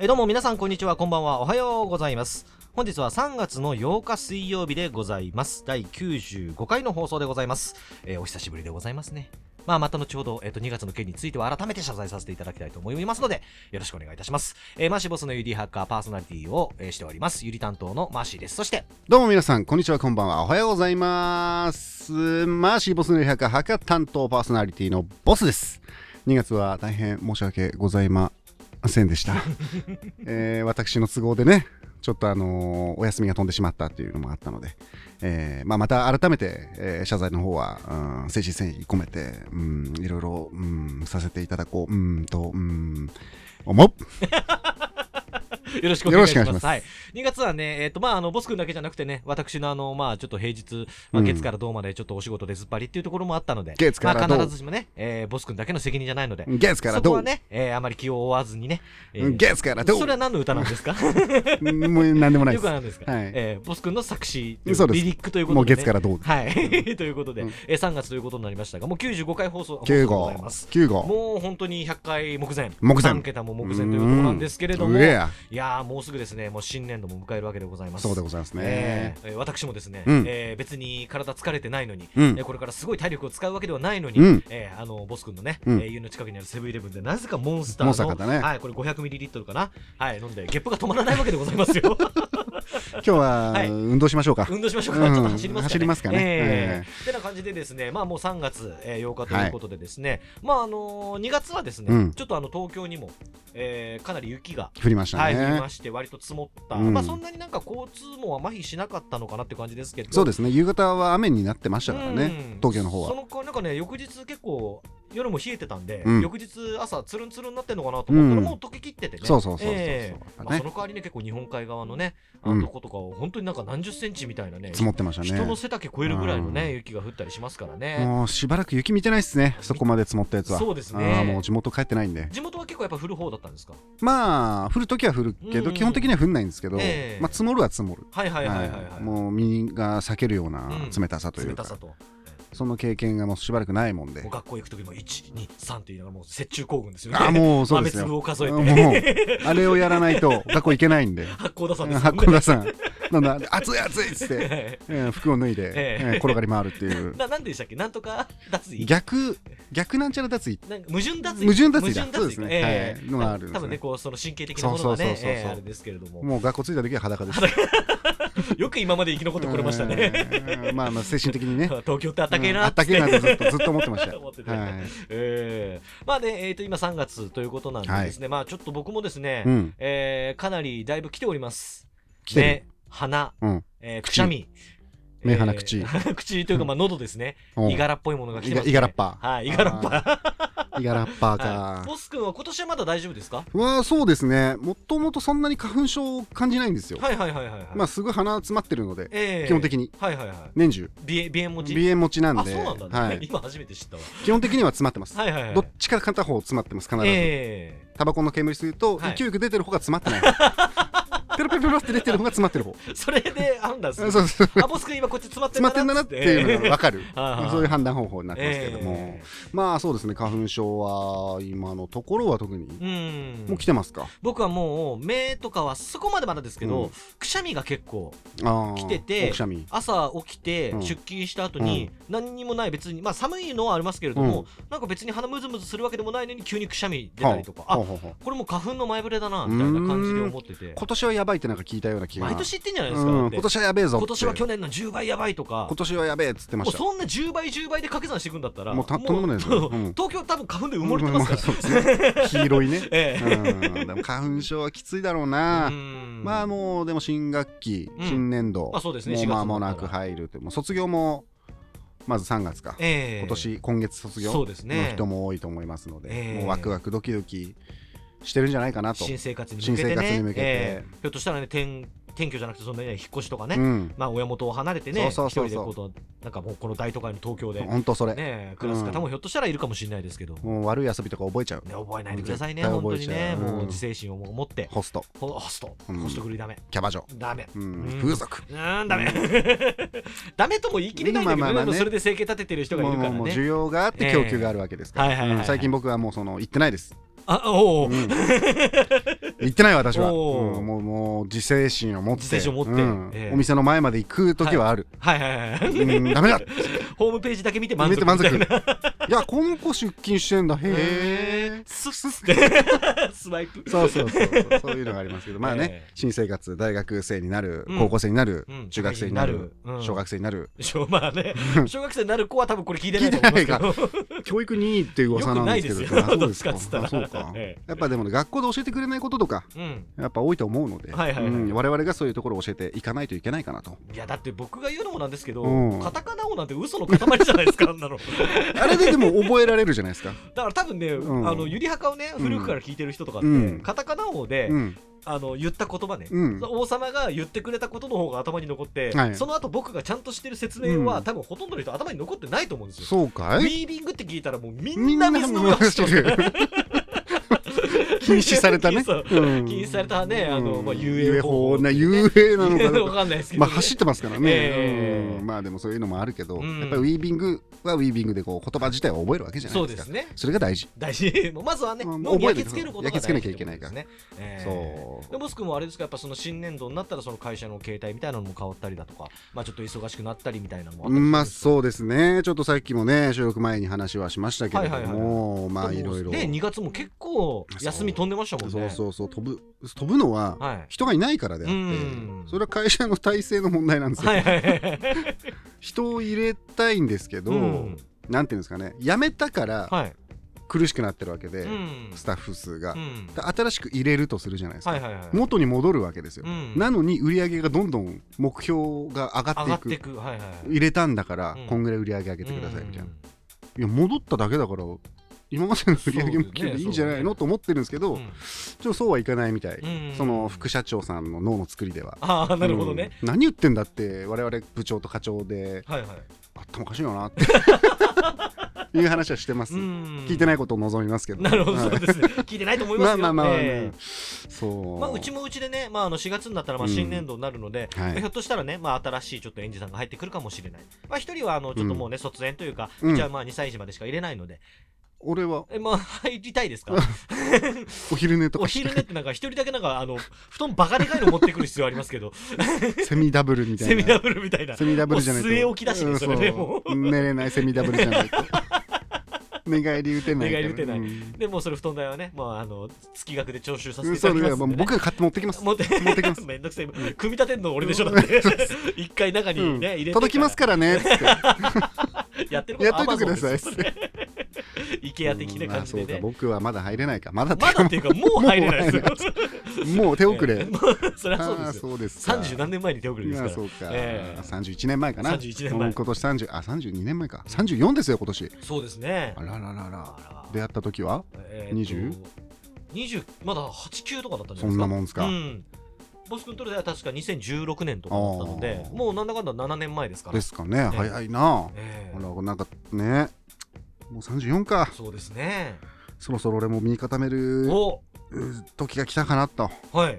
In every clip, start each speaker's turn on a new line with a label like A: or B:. A: えどうも皆さんこんにちはこんばんはおはようございます本日は3月の8日水曜日でございます第95回の放送でございます、えーお久しぶりでございますねまあまた後ほど、えっ、と、2月の件については改めて謝罪させていただきたいと思いますので、よろしくお願いいたします。えーマーシーボスのゆりハッカーパーソナリティを、えーしております。ゆり担当のマーシーです。そして、
B: どうも皆さん、こんにちは、こんばんは。おはようございます。マーシーボスの百博博担当パーソナリティのボスです。2月は大変申し訳ございません でした。えー私の都合でね、ちょっとあのーお休みが飛んでしまったっていうのもあったので、えーまあ、また改めて、えー謝罪の方は、うん、誠心誠意込めて、うん、いろいろ、うん、させていただこう、うんと、うん、思う。
A: よろしくお願いします。
B: よろしくお
A: は
B: 願
A: い、2月はね、えっ、と、まあ、あの、ボス君だけじゃなくてね、私のあの、まあ、ちょっと平日、まあ、
B: うん
A: 月から銅までちょっとお仕事でずっぱりっていうところもあったので、
B: 月から
A: ま
B: 銅
A: あ、必ずしもね、えーボス君だけの責任じゃないので、
B: ゲスから
A: そこ
B: ど
A: は
B: う、
A: ね、えーあまり気を負わずにね、えー
B: ゲスからどう
A: それは何の歌なんですかよ
B: うんもう何でもないで
A: く
B: す。
A: なんですか、
B: はい
A: えーボス君の作詞、リリ
B: そうです
A: ックということで、ね。
B: もう月からどう
A: はい。 ということで、
B: うん
A: えー3月ということになりましたが、もう95回放送、放送で
B: 9
A: ご
B: 号
A: ざいます。
B: 9号
A: もう本当に100回目前、
B: 目前
A: 3桁も目前というところなんですけれど
B: う
A: も、
B: んうえや
A: いやーもうすぐですね、もう新年度も迎えるわけでございます。
B: そうでございますね、
A: えーえー私もですね、
B: うん
A: えー別に体疲れてないのに、
B: うん
A: えーこれからすごい体力を使うわけではないのに、
B: うん
A: えーあのボス君のね、
B: うん
A: えー家の近くにあるセブンイレブンでなぜかモンスターの
B: モンスター買ったね
A: はい、これ 500ml かな、はい、飲んでゲップが止まらないわけでございますよ。
B: 今日は、
A: はい
B: 運動しましょうか
A: 運動しましょうか、
B: うん
A: ちょっと走りますかね。
B: 走りますかね
A: え
B: え
A: ーてな感じでですね、まあもう3月、えー、8日ということでですね、まああのー、2月はですね、
B: うん
A: ちょっとあの東京にも、えーかなり雪が
B: 降りました
A: はい、
B: ね、
A: 降りまして、割と積もった、
B: うん
A: まあそんなになんか交通網は麻痺しなかったのかなって感じですけど、
B: そうですすね夕方は雨になってましたからね、東京の方
A: そ
B: は
A: のかなんかね、翌日結構、夜も冷えてたんで、
B: うん
A: 翌日朝、つるんつるんになってるのかなと思ったら、
B: うん
A: もう溶けきっててね、
B: そうそうそうそう
A: ええ
B: そう
A: まあ
B: ね
A: その代わりね、結構日本海側のね、あ
B: うん
A: のとことかを、本当になんか何十センチみたいなね、
B: 積もってました
A: 人の
B: ね
A: 背丈超えるぐらいのね、
B: うん
A: 雪が降ったりしますからね。
B: もうしばらく雪見てないっすねそこまで積もったやつは
A: そうですね
B: あーもう地元帰ってないんで
A: 地元は結構やっぱ降る方だったんですか
B: まあ降るときは降るけど、
A: うん
B: 基本的には降んないんですけど、
A: ええ
B: まあ積もるは積もる
A: はいはいはいはい、はい。
B: もう身が裂けるような
A: うん
B: 冷たさとい
A: 冷
B: うか、
A: たさと。も
B: その経験がもうしばらくないもんで
A: う学校行く時も、1、2、3って言いながら、もう雪中行軍ですよね。
B: あーもうそうです
A: 豆粒
B: よ
A: を数えて
B: もうあれをやらないと学校行けない んで
A: 八甲田さんですよ
B: 八
A: ね
B: 甲田さん、なんだ、熱い熱いっつって、
A: え
B: えー服を脱いで、
A: え
B: え
A: え
B: ー転がり回るってい
A: え
B: う、
A: ななんでしたっけなんとか脱衣
B: 逆、逆なんちゃら脱衣、
A: なんか矛盾脱衣
B: 矛盾脱衣だ
A: 矛盾
B: そうですね
A: ええ
B: はいのがあるんですね
A: 多分ねこうその神経的なものがね
B: そうそうそうそうそう
A: ええあれですけれども
B: もう学校着いた時は裸です。
A: よく今まで生き残ってこれましたね
B: えーまあまあ、精神的にね。
A: 東京ってあったけえ
B: うんあ
A: な
B: ったけえなってずっとずっと思ってまし
A: 思って
B: た。
A: て
B: はい。
A: ええまあねえっと今3月ということなんで
B: はい
A: ですねまあちょっと僕もですね
B: うん。
A: ええかなりだいぶ来ております
B: 来てる
A: 目鼻
B: うん。
A: ええく
B: 口
A: しゃみ
B: 目
A: ええ
B: 鼻口
A: 口というかまあ喉ですね
B: うん
A: イガラっぽいものが来てますね
B: イガイガラッパー
A: はいイガラッパー
B: イガラッパー
A: はい、
B: か。
A: ボス君は今年はまだ大丈夫ですか
B: うわーそうですね。もともとそんなに花粉症を感じないんですよ。
A: はいはいはいはい、はい
B: まあ、すぐ鼻詰まってるので、
A: ええ
B: 基本的に
A: はいはいはい
B: 年中、
A: 鼻鼻炎持ち
B: 鼻炎持ちなん
A: あ
B: で、
A: そうなんだね、
B: はい。
A: 今初めて知ったわ
B: 基本的には詰まってます。
A: はいはいはい
B: どっちか片方詰まってます、必ず。
A: え
B: タバコの煙吸うと、
A: はい
B: 勢いよく出てる方が詰 まってない方ペロペロペロって出てる方が詰まってる方
A: えそれで判断す
B: そう
A: る
B: そう詰
A: あボス君今こっち詰まってん
B: ま
A: だ
B: ってんだな
A: な
B: っ
A: ってて
B: いうのが分 かる
A: はいはいはい
B: そういう判断方法になってますけ
A: え
B: れど
A: え
B: も、まあそうですね花粉症は今のところは特に、
A: うん
B: もう来てますか
A: 僕はもう目とかはそこまでまだですけど、
B: うん
A: くしゃみが結構
B: あー
A: 来てて
B: おくしゃみ
A: 朝起きて
B: うん
A: 出勤した後に何にもない別にまあ寒いのはありますけれども、なんか別に鼻ムズムズするわけでもないのに急にくしゃみ出たりとか、あ
B: ほうほうほう
A: これもう花粉の前触れだなみたいな感じで思ってて
B: 今年はやばいってなんか聞いたような気が
A: 毎年言ってんじゃないですか、だ
B: う
A: っ
B: ん、
A: て
B: 今年はやべえぞっ
A: 今
B: て
A: 年は去年の10倍やばいとか
B: 今年はやべえっつってま
A: もう
B: した
A: そんな10倍10倍で掛け算していくんだったら
B: もうたとんでもないですよ
A: もう
B: うん
A: 東京多分花粉で埋もれてますから、
B: うんまあそうですね黄色いね、
A: ええ
B: うん、でも花粉症はきついだろうな、
A: うん
B: まあもうでも新学期、
A: うん
B: 新年度、
A: あそうですね
B: も
A: 4
B: う
A: 月
B: 間もなく入るってもう卒業もまず3月か、
A: ええ
B: 今年今月卒業
A: そう
B: の
A: ですね
B: 人も多いと思いますので、
A: ええ
B: もうワクワクドキドキしてるんじゃないかなと、
A: 新生活に向けてね
B: 新生活に向けて
A: ええひょっとしたらね転転居じゃなくてそんなね引っ越しとかね、
B: うん、
A: まあ親元を離れてね
B: そうそうそうそう
A: 一人でこうなんかもうこの大都会の東京で、ね
B: 本当それ、
A: え、暮らす方もひょっとしたらいるかもしれないですけど、
B: もう悪い遊びとか覚えちゃう、
A: ね、覚えないでくださいね、
B: 絶対
A: 本当
B: 覚え
A: に
B: ちゃ
A: ね、
B: う
A: もううん自制心を持って、
B: ホスト、
A: ほホスト、
B: うん
A: ホスト狂いダメ、
B: キャバ嬢、
A: ダメ、
B: うん
A: うん
B: 風俗。
A: うーん、ダメ、 ダメとも言い切れないんだけど
B: まあ
A: ね、
B: まあまあ
A: で
B: ね
A: もそれで生計立ててる人がい
B: も
A: る
B: う
A: か
B: も
A: ら
B: うもう
A: ね。
B: 需要があって供給があるわけですか
A: ええはいはいはいは
B: ら
A: い
B: うん最近僕はもうその行ってないです
A: あお
B: う
A: お、
B: ん行ってないわ私は、
A: おー
B: うんもうもう自制心を持って
A: 自制心を持って
B: うん
A: ええ
B: お店の前まで行く時はある、
A: はいはいはい。
B: うんダメだ
A: ホームページだけ見て満
B: 見
A: 足
B: て満
A: みた
B: 足
A: い
B: い
A: な。
B: やこの子出勤してんだへえ
A: スッスって。 スワイプ。
B: そうそうそうそうそういうのがありますけどまあね、
A: ええ
B: 新生活大学生になる、
A: うん
B: 高校生になる、
A: うん
B: 中学生になる、
A: うん
B: 小学生になる、
A: しょまあね、 小学生になる子は多分これ聞いてないと思いますけど。
B: 教育にいいっていう噂なんですけ ど
A: よくないですよ
B: あそうですか
A: どっちかっつったら
B: あそうか、
A: ええ
B: やっぱでもね学校で教えてくれないこととか
A: うん。
B: やっぱ多いと思うので、
A: はいはいはい
B: うん我々がそういうところを教えていかないといけないかなと
A: いやだって僕が言うのもなんですけど、
B: うん
A: カタカナ語なんて嘘の塊じゃないですか、あんなの。
B: あれででも覚えられるじゃないです か、
A: だから多分ね、
B: うん
A: あのゆりはかをね、
B: うん
A: 古くから聞いてる人とかって、
B: うん
A: カタカナ語で、
B: うん、
A: あの言った言葉ね、
B: うん
A: 王様が言ってくれたことの方が頭に残って、
B: はい
A: その後僕がちゃんとしてる説明は、
B: うん
A: 多分ほとんどの人頭に残ってないと思うんですよ。
B: そうか
A: ウ
B: い
A: ィービングって聞いたらもうみんな水飲み
B: 回
A: 走
B: して
A: ってる。
B: る 禁止されたね
A: そう
B: うん
A: 禁止されたね、あの、まあ、
B: うん
A: UFO。
B: な UA なのかどう
A: わ
B: か
A: かんないですけど。
B: まあ走ってますからね、
A: ええ
B: うんまあでもそういうのもあるけど、
A: うん
B: やっぱりウィービングはウィービングでこう言葉自体を覚えるわけじゃな
A: そ
B: いうで
A: です
B: か
A: すね。
B: それが大事、
A: 大事。もうまずはね、
B: うん
A: もう
B: 覚え
A: 焼
B: て
A: き付けることが
B: 焼き付けなきゃいけないから
A: 大事ってことですね。ええ
B: そう
A: でもしくもあれですかやっぱその新年度になったらその会社の携帯みたいなのも変わったりだとか、まあ、ちょっと忙しくなったりみたいなのもあったり
B: まあ
A: するんです
B: そうですねちょっとさっきもね収録前に話はしましたけれども、
A: はいはいはい
B: まあい
A: けど
B: ろいろ、
A: ね2月も結構休み飛んでましたもんね
B: そうそうそう飛ぶ飛ぶのは
A: はい
B: 人がいないからであって、
A: うん
B: それは会社の体制の問題なんですよ、
A: はいはいはい
B: 人を入れたいんですけど、
A: うん
B: なんていうんですかね辞めたから
A: はい
B: 苦しくなってるわけで、
A: うん
B: スタッフ数が、
A: うん
B: で新しく入れるとするじゃないですか、
A: はいはいはい
B: 元に戻るわけですよ、
A: うん
B: なのに売り上げがどんどん目標が上
A: 上
B: がって
A: が
B: い
A: っ
B: く
A: ていくはいはいはい
B: 入れたんだから、
A: うん
B: こんぐらい売り上げ上げてくださいみたいな、
A: う
B: いや戻っただけだから今までの売り上げも切れ
A: そうですね
B: ばいいんじゃないの、
A: そうですね
B: と思ってるんですけど、
A: んうん
B: ちょっとそうはいかないみたい、
A: うん
B: その副社長さんの脳の作りでは。
A: ああなるほどね、
B: うん何言ってんだって我々部長と課長で
A: はいはい
B: あったおかしいよな っていう話はしてます、聞
A: 聞
B: いて
A: い
B: ないことを望みますけど
A: なるほど
B: は
A: そ
B: いう
A: ですね聞いてないと思いま
B: ますあ
A: よ
B: まあまあ、
A: ええ
B: そう
A: まあ、うちもうちでね、まあ、あの4月になったらまあ
B: うん
A: 新年度になるので、
B: はい
A: ひょっとしたらね、まあ、新しいちょっと園児さんが入ってくるかもしれない、まあ、一人はあのちょっともうね、卒園というか、
B: うん
A: じゃあまあ2歳児までしか入れないので、
B: 俺は
A: えまあ、入りたいです か
B: お昼寝と
A: お
B: かして
A: 昼寝ってなんか、一人だけなんか、あの布団バカでかいの持ってくる必要ありますけど、
B: セミダブ ルみたい
A: セ
B: な
A: ミダブルみたいな、
B: セミダブルじゃないと
A: もう据え置きだしね
B: うん
A: それねもう
B: 寝れないセミダブルじゃ ないと寝返り打てないから
A: 寝返り打てない
B: うん
A: でもうそれ布団代はね、まあ、あの月額で徴収させ
B: う
A: て
B: ん
A: いた
B: そ
A: だき
B: れ
A: ま
B: ですも
A: ん
B: う
A: で、ね
B: 僕。が買って持ってきます
A: 持って
B: 持ってきます
A: めんどくさい組み立てんの俺でしょだって一回中にね、
B: うん
A: 入れて
B: 届きますからねっつ って
A: やってること
B: やっといてくださいっつって
A: IKEA 的な感じで
B: うんまあそうか
A: ね
B: 僕はまだ入れないかまだって
A: まだっていうかもう入れないですよ
B: も。もう手遅
A: ええ
B: れ
A: もうそりゃ
B: あ
A: そう
B: あ
A: ですよ。
B: そうですか
A: 三十何年前に手遅れですか
B: あ
A: ら。
B: そうか、
A: ええ
B: 三十31年前かな
A: 31年前
B: うん今年30あ32年前か34ですよ今年
A: そうですね
B: あ。らららら
A: あら
B: 出会った時は
A: え
B: 20
A: 二十まだ八九とかだったんじゃ
B: そ
A: ないですか。
B: んなもんですか、
A: うん。ボス君とでは確か2016年とかだったので
B: あ、ー
A: もうなんだかんだ7年前ですから。
B: ですかね、早いな、
A: ええ
B: あらなんかねもう34か
A: そうですね。
B: そろそろ俺も身固める
A: お、
B: うん時が来たかなと
A: はい。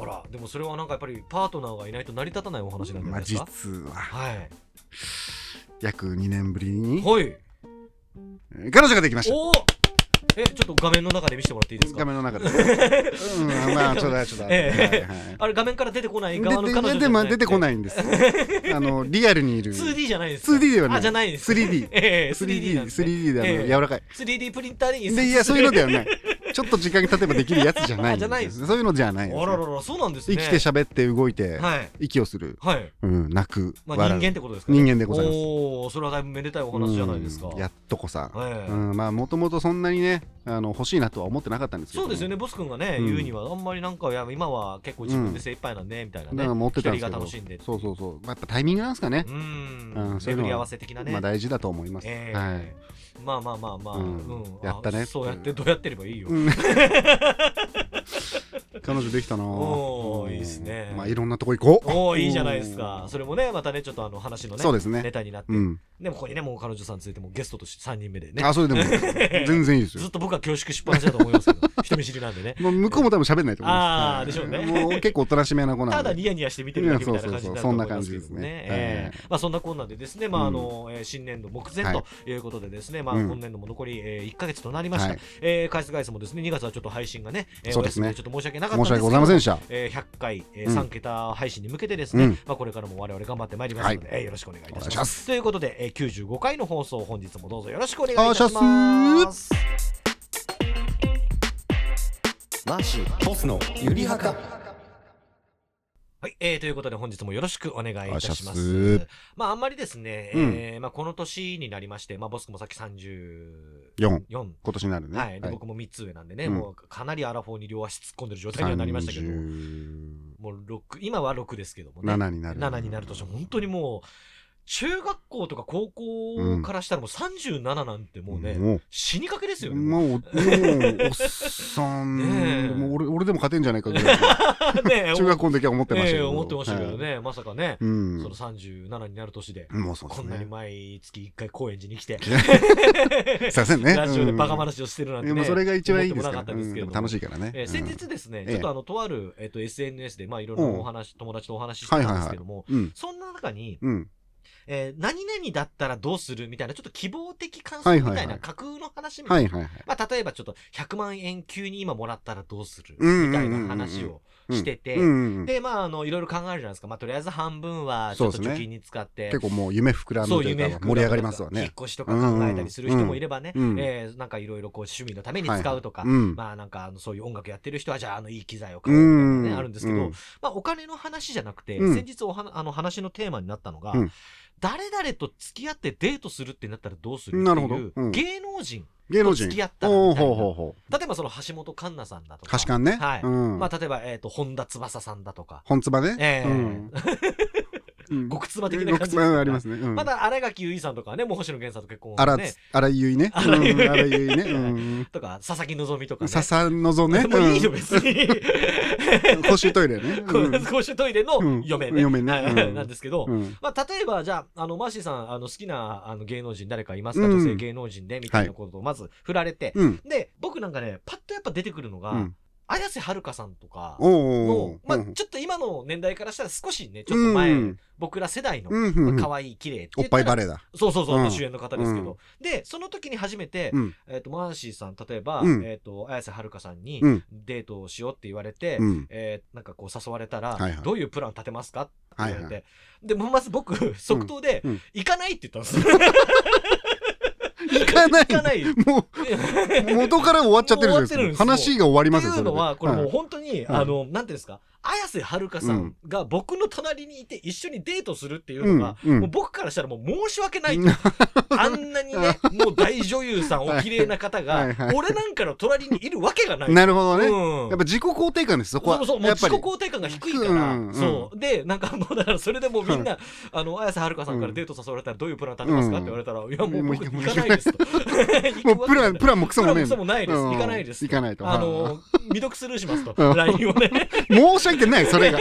A: あら、でもそれはなんかやっぱりパートナーがいないと成り立たないお話なんじゃな
B: ま
A: い
B: あ
A: です
B: 実
A: か。
B: は
A: はい。
B: 約2年ぶりに
A: はい。
B: えー彼女ができました
A: おお。え、ちょっと画面の中で見せてもらっていいですか
B: 画。面の中で、うん、まあちょっとちょっと、
A: え え
B: はいはい
A: あれ画面から出てこない側の
B: で
A: 彼
B: で
A: 女
B: ででまあ出てこ
A: い
B: ないんです あのリアルにいる
A: 2D じゃないですか
B: 2D ではない
A: あじゃないです
B: 3D
A: ええ 3D なんです、ね、
B: 3D であの、
A: ええ
B: 柔らかい
A: 3D プリンターに
B: でいやそういうのではないいちょっと時間が経てばできるやつじゃないん
A: あじゃないです
B: そういうのじゃな
A: あ
B: いんです
A: ららららそうなんです
B: 生
A: ね
B: きて喋って動いて、
A: はい
B: 息をする、
A: はい、
B: うん、泣く、
A: まあ、人
B: 笑う
A: 間ってことですか、ね、
B: 人間でございます
A: おおそれはだいぶめでたいお話じゃないですか、
B: うんやっとこさ、
A: ええ
B: うん、まあもともとそんなにねあの欲しいなとは思ってなかったんですけど
A: そうですよねボス君がね、
B: うん
A: 言うにはあんまりなんかいや今は結構自分で精一杯なんでみたいな
B: だ
A: ね
B: から持ってたん
A: 一
B: です
A: 人
B: け
A: が
B: ど
A: 楽しんで
B: そうそうそう、まあ、やっぱタイミングなんですかね
A: う、ん、
B: うんそういう
A: 巡
B: のは
A: り合わせ的なね、
B: まあ大事だと思います、
A: ええ
B: はい
A: まあまあまあまあ、
B: うん
A: うん
B: やった ね
A: あそうやってどうやってればいいよ、
B: うんだ彼女できたな
A: おーいいっすね
B: まあいろんなとこ行こう
A: おおいいじゃないですかそれもねまたねちょっとあの話のね
B: そうですね
A: ネタになって、
B: うん
A: でもここにねもう彼女さんついてもうゲストとして3人目でね
B: あそ れでも全然いいです
A: ず
B: よ
A: っと僕は恐縮しっぱなしだと思いますけど 人見知りなんでね
B: もう向こうも多分喋んないと思いま
A: あ
B: す
A: ーでしょうね
B: もう結構おとなしめな子なんで
A: ただニヤニヤして見てるだけみたいな感じになると思いますけど
B: そうそうそうそんな感じです
A: ね
B: ね
A: ええ
B: は
A: まあそんなこんなでですね、まあ
B: うん
A: あのえー新年度目前
B: はい
A: ということでですね、まあ
B: うん
A: 今年度も残りえー1か月となりました、
B: はい
A: えー回数回数もですね2月はちょっと配信がね、えー
B: そうです
A: お
B: ね
A: 休みちょっと申し訳なかったん
B: 申
A: です
B: し
A: けど
B: 訳ございませんでした
A: えー100回、えー
B: うん
A: 3桁配信に向けてですね、
B: うん
A: まあ、これからも我々頑張ってまいりますので、えーよろしくお願いいたし
B: お
A: ま
B: 願
A: す
B: いします
A: ということで、えー95回の放送本日もどうぞよろしくお願いい
B: お願
A: た
B: い
A: し
B: します
A: ます
B: マーシーボスのゆりはか
A: はい、えーということで本日もよろしくお願いいたしま
B: お願いし
A: す
B: ま。
A: まああんまりですね、
B: うん
A: えーまあ、この年になりまして、まあ、ボス君もさっき34、
B: 4
A: 四
B: 今年になるね
A: はいで僕も3つ上なんでね、
B: うん
A: もうかなりアラフォーに両足突っ込んでる状態にはなりましたけども、もう六今は6ですけどもね、
B: 7になる
A: 7になるとしても本当にもう中学校とか高校からしたらもう37なんてもうね、
B: も
A: 死にかけです
B: う
A: よね。も
B: もうもうおっさ ん、
A: ねえ
B: もう俺俺でも勝てんじゃないか ぐらい
A: うね
B: 中学校の時は思ってました
A: え
B: け
A: え
B: ど、
A: 思ってましたけどね、まさかね、
B: はい、うん
A: その37になる年で、
B: もうそうで
A: こ
B: す
A: んなに
B: ね
A: 毎月1回高円寺に 来て、
B: すいません ね
A: ラジオでバカ
B: マ
A: 話をしてるなんて、
B: で
A: ね
B: もそれが一番いいで
A: 思
B: す
A: っても
B: か
A: なからったんですけれども、
B: 楽しいからね、
A: えー先日ですね、ちょっとあのとある、えっと SNS でまあいろんな
B: うん
A: お話、友達とお話ししてたんですけども、
B: うん
A: そんな中に、
B: うん
A: えー何々だったらどうするみたいな、ちょっと希望的感想
B: はい
A: み
B: はいはい
A: たいな架空の話みたいな、
B: はいはいはい
A: まあ、例えばちょっと100万円急に今もらったらどうする
B: うん
A: みたいな話をしてて、
B: うんうんうん
A: で、まあ、あの、いろいろ考えるじゃないですか。まあ、とりあえず半分は、ちょ
B: そう
A: っ
B: で
A: と
B: すね
A: 貯金に使って、
B: 結構もう夢膨らむ
A: そう、
B: という
A: 夢
B: か
A: 膨らむとか
B: 盛り上がりますわ
A: 引っ
B: ね
A: 越しとか考えたりする人もいればね、
B: うんうん
A: えーなんかいろいろこう、趣味のために使うとか、
B: はいはいうん
A: まあ、なんか、あのそういう音楽やってる人は、じゃあ、あの、いい機材を買おうとかね、
B: うん
A: あるんですけど、
B: うん
A: まあ、お金の話じゃなくて、
B: うん
A: 先日おはあの話のテーマになったのが、
B: うん
A: 誰々と付き合ってデートするってなったらどうするっていう
B: なるほどうん
A: 芸能人
B: 芸能人
A: 付き合ったら
B: お
A: み
B: ー
A: たい
B: ほ
A: な
B: うほうほう
A: 例えばその橋本環奈さんだとか
B: 歌詞感ね、
A: はい
B: うん
A: まあ、例えば、えー、と本田翼さんだとか、
B: 本つばね、
A: ええ
B: うんうん
A: 極妻的な感じ
B: 極妻ありますすね、うん
A: まだ新垣結衣さんとかねもう星野源さんと結婚
B: あら
A: ね
B: つ、あらゆいね。う ん
A: 荒井結衣
B: あらゆいね。 うん
A: とか佐々木希とかね
B: 笹のぞね。
A: もういいよ
B: うん
A: 別に
B: 公衆トイレね。
A: こ
B: うん
A: 公衆トイレの嫁
B: うん
A: ね,
B: 嫁ね
A: はい、
B: うん
A: なんですけど、
B: うん
A: まあ、例えばじゃああのマーシーさんあの好きなあの芸能人誰かいますか、
B: うん
A: 女性芸能人でみたいなことをまず振られて、
B: うん。
A: で僕なんかねパッとやっぱ出てくるのが、
B: うん
A: 綾瀬はるかさんとか
B: お
A: の
B: お。
A: まあ、
B: うん
A: ちょっと今の年代からしたら少しねちょっと前、
B: うん
A: 僕ら世代の、
B: うんうんうん
A: 可愛い綺麗って
B: お
A: 言
B: ったぱ
A: ら
B: いバレーだ。
A: そうそうそう、
B: うん
A: 主演の方ですけど、でその時に初めて、
B: うん
A: えっとマーシーさん例えば、
B: うん
A: えっと綾瀬はるかさんに
B: うん
A: デートをしようって言われて、
B: うん。
A: えーなんかこう誘われたら、
B: はいはい
A: どういうプラン立てますかって言われて、
B: はいは
A: でもうまず僕 即答で、
B: うんうん
A: 行かないって言ったんですよ
B: 行かな い
A: 行かないよ
B: もう、 元から終わっちゃってるじ
A: もう終
B: ゃないです
A: わってるんです
B: か。話が終わり
A: っ
B: ま
A: て
B: すよ、
A: いう
B: それ
A: の
B: で
A: は、これもう
B: はい
A: 本当に、
B: ん
A: あの、なんていうんですか、綾瀬はるかさんが僕の隣にいて一緒にデートするっていうのが、
B: うんうん
A: もう僕からしたらもう申し訳ないと。あんなにね、もう大女優さん、お綺麗な方が、
B: はいはいはい
A: 俺なんかの隣にいるわけがない。
B: なるほどね。
A: うん
B: やっぱ自己肯定感です、そこは。
A: そうそう、もう
B: やっぱ
A: 自己
B: り。
A: 肯定感が低いから、
B: うんうん
A: そう。で、なんかもうだからそれでもうみんな、あの、綾瀬はるかさんからデート誘われたらどういうプラン立てますかって言われたら、いや、もう
B: もう
A: 僕
B: 行
A: 行
B: か
A: かな
B: な
A: いいですと。行
B: も
A: く
B: う
A: わけ
B: プ
A: が
B: ラ
A: な
B: ン、
A: い
B: プランもクソもねえ
A: クソもないです。行かないです。
B: 行かないと。
A: あの、未読スルーしますと
B: う、ん
A: LINE を ね。
B: 申し訳ない、それが。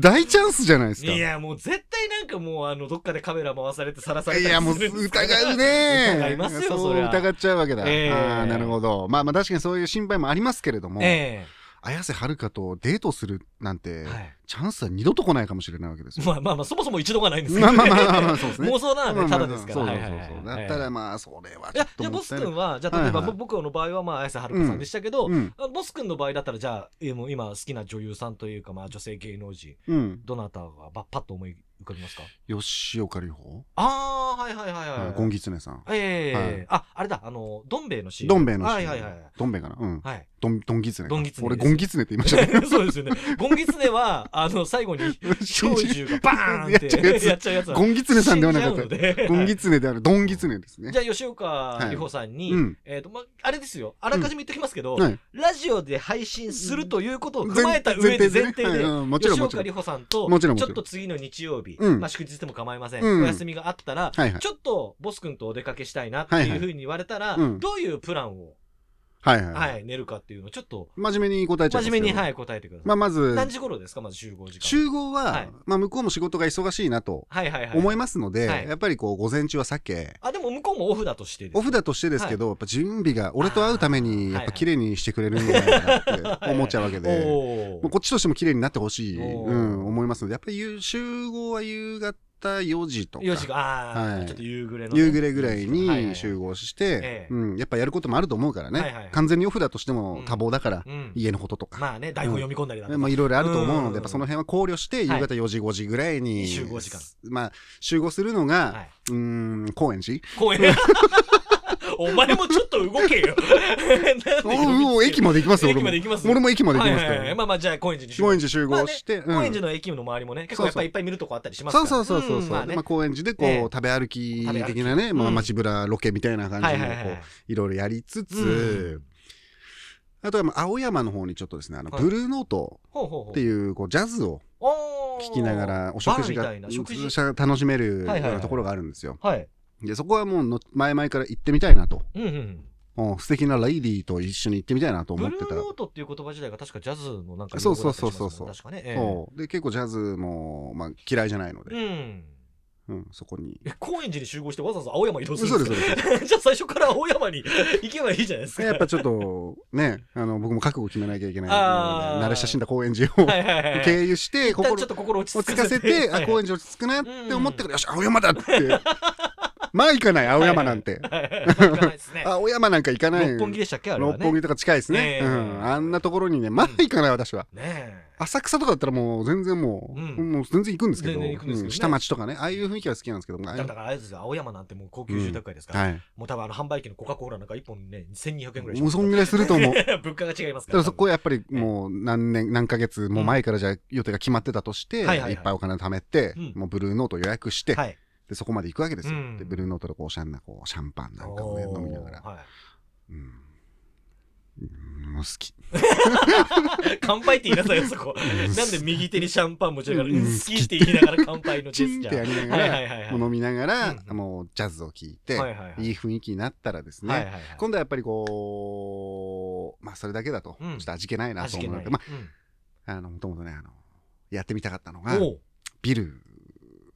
B: 大チャンスじゃないです
A: い
B: か。
A: や、もう絶対なんかもう、あの、どっかでカメラ回されてさらされ
B: い
A: た
B: や、
A: り
B: もう
A: するんですから
B: 疑うね。
A: 疑いますよ、
B: そ
A: そうれ
B: 疑っちゃうわけだ。
A: ええ
B: ああ、なるほど。まあまあ確かにそういう心配もありますけれども、
A: え
B: 綾瀬はるかとデートするなん
A: え
B: て、
A: はい
B: チャンスは二度と来ないかもしれないわけですよ。
A: まあまあまあ、そもそも一度がないんですけ
B: ま
A: ど
B: あ
A: ね。
B: まあまあまあまあ、そうですね。
A: 妄想な
B: ま
A: の
B: あ
A: で、た
B: まあまあ
A: だですか
B: そ
A: ら。
B: うそう
A: はい
B: そ
A: はい
B: う
A: はい
B: そう。だった
A: え
B: ら
A: え
B: まあ、それはいちょ
A: や
B: っ、と
A: じゃあ
B: も
A: ボ
B: っ
A: ス
B: たいない。
A: 君は、じゃあ例えば
B: はいはい
A: 僕の場合は、まあ、綾瀬はるかさんでしたけど、
B: うん。
A: あボス君の場合だったら、じゃあ、えーもう今好きな女優さんというか、まあ、女性芸能人、
B: うん。
A: どなたがばパッと思い浮かびますか
B: 吉岡里帆
A: ああ、はいはいはいはい。
B: ゴンギツネさん。
A: ええ
B: はい
A: あ、あれだ、あの、どん兵衛のシーン。
B: どん兵衛の
A: はいはいはい。
B: どん兵衛かなうん。
A: はい。
B: どん、どんぎつね。
A: どんぎつね
B: 俺、
A: です
B: ゴンギツネって言いました ね。
A: そうですよね。ゴンギツネは、あの、最 後に、小銃がバーンって
B: や
A: や
B: っ
A: っちゃうやつなん
B: ゴンギツネさんではなか
A: 死
B: っ
A: んじ
B: た。
A: ゃうので
B: ゴンギツネである、ドンギツネですね
A: じ。ゃあ、吉岡里帆さんに、
B: うん
A: えっ、と、まあ、あれですよ。あらかじめ言っておきますけど、
B: はい
A: ラジオで配信するということを踏まえた上で、前提で、
B: はいうんもちろん
A: 吉
B: もち
A: 岡
B: ろん
A: 里。帆さんと、
B: もち
A: ち
B: ろ
A: ょ
B: ん
A: っ
B: もちろん
A: と次の日曜日、
B: うん
A: まあ、祝日でも構いません、
B: うん
A: お休みがあったら、
B: はいはい
A: ちょっとボス君とお出かけしたいなっていうふうに言われたら、
B: はいはいうん
A: どういうプランを
B: はいはい、
A: はい、寝るかっていうのをちょっと
B: 真面目に答えちゃ
A: 真
B: います、
A: 面目に、はいい、答えてください。
B: まあ、まず
A: 何時頃ですか、まず集合時間。
B: 集合は、
A: はい
B: まあ、向こうも仕事が忙しいなと
A: はいはいはい。
B: 思いますので、
A: はい
B: やっぱりこう午前中は避け
A: あ、でも向こうもオフだとしてです。
B: オフだとしてですけど、やっぱ準備が俺と会うため
A: あ
B: に
A: ー
B: やっ
A: はいは
B: ぱ
A: い
B: 綺麗にしてくれるんじゃないかなって思っちゃう わけで、
A: お
B: まあ
A: ー
B: こっちとしても綺麗になってほしい、
A: おー
B: うん、思いますのでやっぱり夕集合は夕方4時とか
A: 4時が、あー
B: はい
A: ちょっと夕暮れのね、
B: 夕暮れぐらい
A: はいはいは
B: に
A: い
B: 集合し
A: ええ
B: て、うん、やっぱやることもあると思うからね、
A: はいはいはい
B: 完全にオフだとしても多忙だから、
A: うん、
B: 家のこととか、
A: まあね、台本読み込んだりだとか、
B: まあ、いろいろあると思うの
A: うん
B: で、やっぱその辺は考慮して、夕
A: はい
B: 方4時、5時ぐらいに、
A: 集合時間
B: まあ、集合するのが、
A: はいう
B: ーん、高 円寺
A: 公園 お前もちょっと動けよ
B: おうおう駅まで行きますよ、
A: 駅
B: 俺も
A: まで。行きます
B: 俺も駅まで
A: は
B: 行き
A: い
B: ま
A: は
B: す
A: い
B: か
A: はい、
B: ら。
A: まあまあじゃあ高円寺に集合
B: 高円寺集合して、
A: まあね高円
B: うん
A: 寺の駅の周りもね結構やっぱいっぱい見るとこあったりしますか
B: そう
A: ら
B: そうそうそうそう、
A: んまあ
B: で
A: ね
B: まあ、高円寺でこう、
A: ええ
B: 食べ歩き的な
A: 食べ歩
B: ね、
A: き
B: ま
A: う
B: あ、
A: ん
B: 街ぶらロケみたいな感じ
A: はい
B: の
A: はい
B: こ
A: はいう
B: いろいろやりつ
A: う
B: つ
A: ん、
B: あとはまあ青山の方にちょっとですね、あの
A: はい
B: ブルーノート
A: ほうほうほう
B: っていうこうジャズを
A: おー
B: 聴きながらお食事
A: バ
B: が
A: ーみたいな食事
B: 楽しめるよ
A: は
B: う
A: いはいは
B: ないところがあるんですよ。
A: はい
B: でそこはもうの前々から行ってみたいなと、
A: うんうん
B: うん素敵なレイディーと一緒に行ってみたいなと
A: ブ
B: 思っ
A: ル
B: て
A: ー
B: た。
A: ノートっていう言葉自体が確かジャズのなんか
B: そうそうそうそう
A: 用語だったりしますもんね確かねええ
B: そうで結構ジャズも、まあ、嫌いじゃないので、
A: うん
B: うん、そこに。
A: え高円寺に集合してわざわざ青山移動す
B: そ
A: る
B: うんです
A: か
B: そうです。
A: じゃあ最初から青山に行けばいいじゃないですか。
B: やっぱちょっとね、あの僕も覚悟決めなきゃいけないの
A: あ
B: で、
A: ー
B: 慣れ親しんだ高円寺を
A: はいはいはいはい。
B: 経由して、
A: 一旦
B: 心
A: ちょっと心落
B: を
A: ち
B: つ
A: 着
B: か
A: か
B: せ
A: せ
B: て
A: て、、
B: あ、高円寺落ち着くなって思っ
A: う
B: てから、よし、青山だって。まあ行かない、青山なんて。
A: はいはいまあ行かないですね。
B: 青山なんか行かない。
A: 六本木でしたっけあれは
B: 六
A: ね。
B: 本木
A: ね
B: とか近いですね。
A: え
B: う
A: え
B: ん。あんなところにね、まあ行かない、私は。
A: え。
B: 浅草とかだったらもう全然もう、
A: うん
B: もう全然行くんですけど、
A: 全然行くんですけどね
B: うん下町とかね、ああいう雰囲気は好きなんですけど、まあああいう
A: だからあれですよ、青山なんてもう高級住宅街ですから、
B: はい。
A: もう多分あの販売機のコカ・コーラなんか1本ね、1200円ぐらいし
B: もう
A: ま
B: そ
A: す
B: んぐらいすると思う。だ
A: 物価が違いますか。
B: かららそこはやっぱりもう何年、何ヶ月も前からじゃあ予定が決まってたとして、
A: うんはいはいはい
B: いっぱいお金貯めて、
A: うん
B: もうブルーノート予約して、
A: はい。
B: でそこまで行くわけですよ。
A: うん
B: で、ブルーノートでこう、シャンな、こう、シャンパンなんかをね、
A: おー
B: 飲みながら。
A: は
B: うん。うんもう好き。
A: い 乾杯って言いなさいよ、そ こ。 なんで右手にシャンパン持ちながら、
B: うん
A: うん好きって言いながら乾杯のジ
B: チ
A: ェス
B: ン
A: チャ
B: ってや
A: ー。
B: りなが
A: はい
B: ら
A: は、いはいはい。
B: もう飲みながら、
A: うん
B: もうジャズを聴いて、
A: はい
B: い
A: はいはい
B: い、雰囲気になったらですね、
A: はいはいはい。
B: 今度はやっぱりこう、まあそれだけだと、
A: うん
B: ちょっと味気ないなと思うので、まあ、あの、もともとね、あの、やってみたかったのが
A: うん、おう
B: ビル、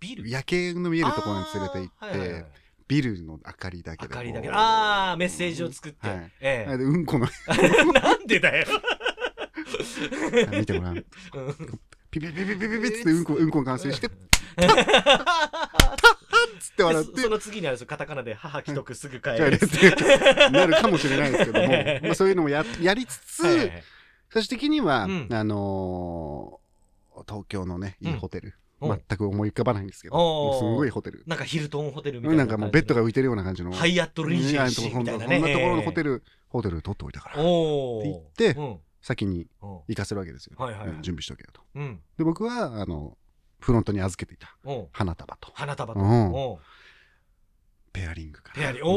A: ビル
B: 夜景の見えるところに連れて行
A: あー
B: っ
A: は
B: て、
A: いはいはい
B: ビルの明かりだけ
A: 明
B: で。
A: かりだけ
B: こ
A: ど
B: う
A: ああメッセージを作って、
B: はい
A: え
B: でうんこの
A: えなんでだよ
B: 見てごらん。
A: うん
B: ピピピピピピピってうんこ、うんこ完成して、つって 笑っ
A: で
B: て
A: そ、の次にあるんですよカタカナで母既得すぐ帰
B: じゃあね
A: る
B: ってなるかもしれないですけ ども、まあそういうのもややりつつ、
A: はいはいはい
B: 最終的には、
A: うん
B: あのー東京のね、いいホテル、
A: うん
B: 全く思い浮かばないんですけど、
A: おー
B: もうすごいホテル。
A: なんかヒルトンホテルみたいな
B: な
A: ん
B: かもうベッド
A: が
B: が浮いてるような感じの。
A: ハイアットリージェンシ
B: と
A: ー
B: こ
A: み
B: ん
A: た
B: ないこ
A: なんね
B: なところのホテ
A: ル
B: ル、ホテル取っておいたから、
A: おお
B: って言って
A: うんうん
B: 先に
A: お
B: 行かせるわけですよ。
A: はいはいはい
B: うん準備しとけよと。
A: うん
B: で、僕は、あの、フロントに預けていた
A: お
B: 花束と、
A: 花束と、
B: うん
A: お
B: ペアリングから。
A: ペアリお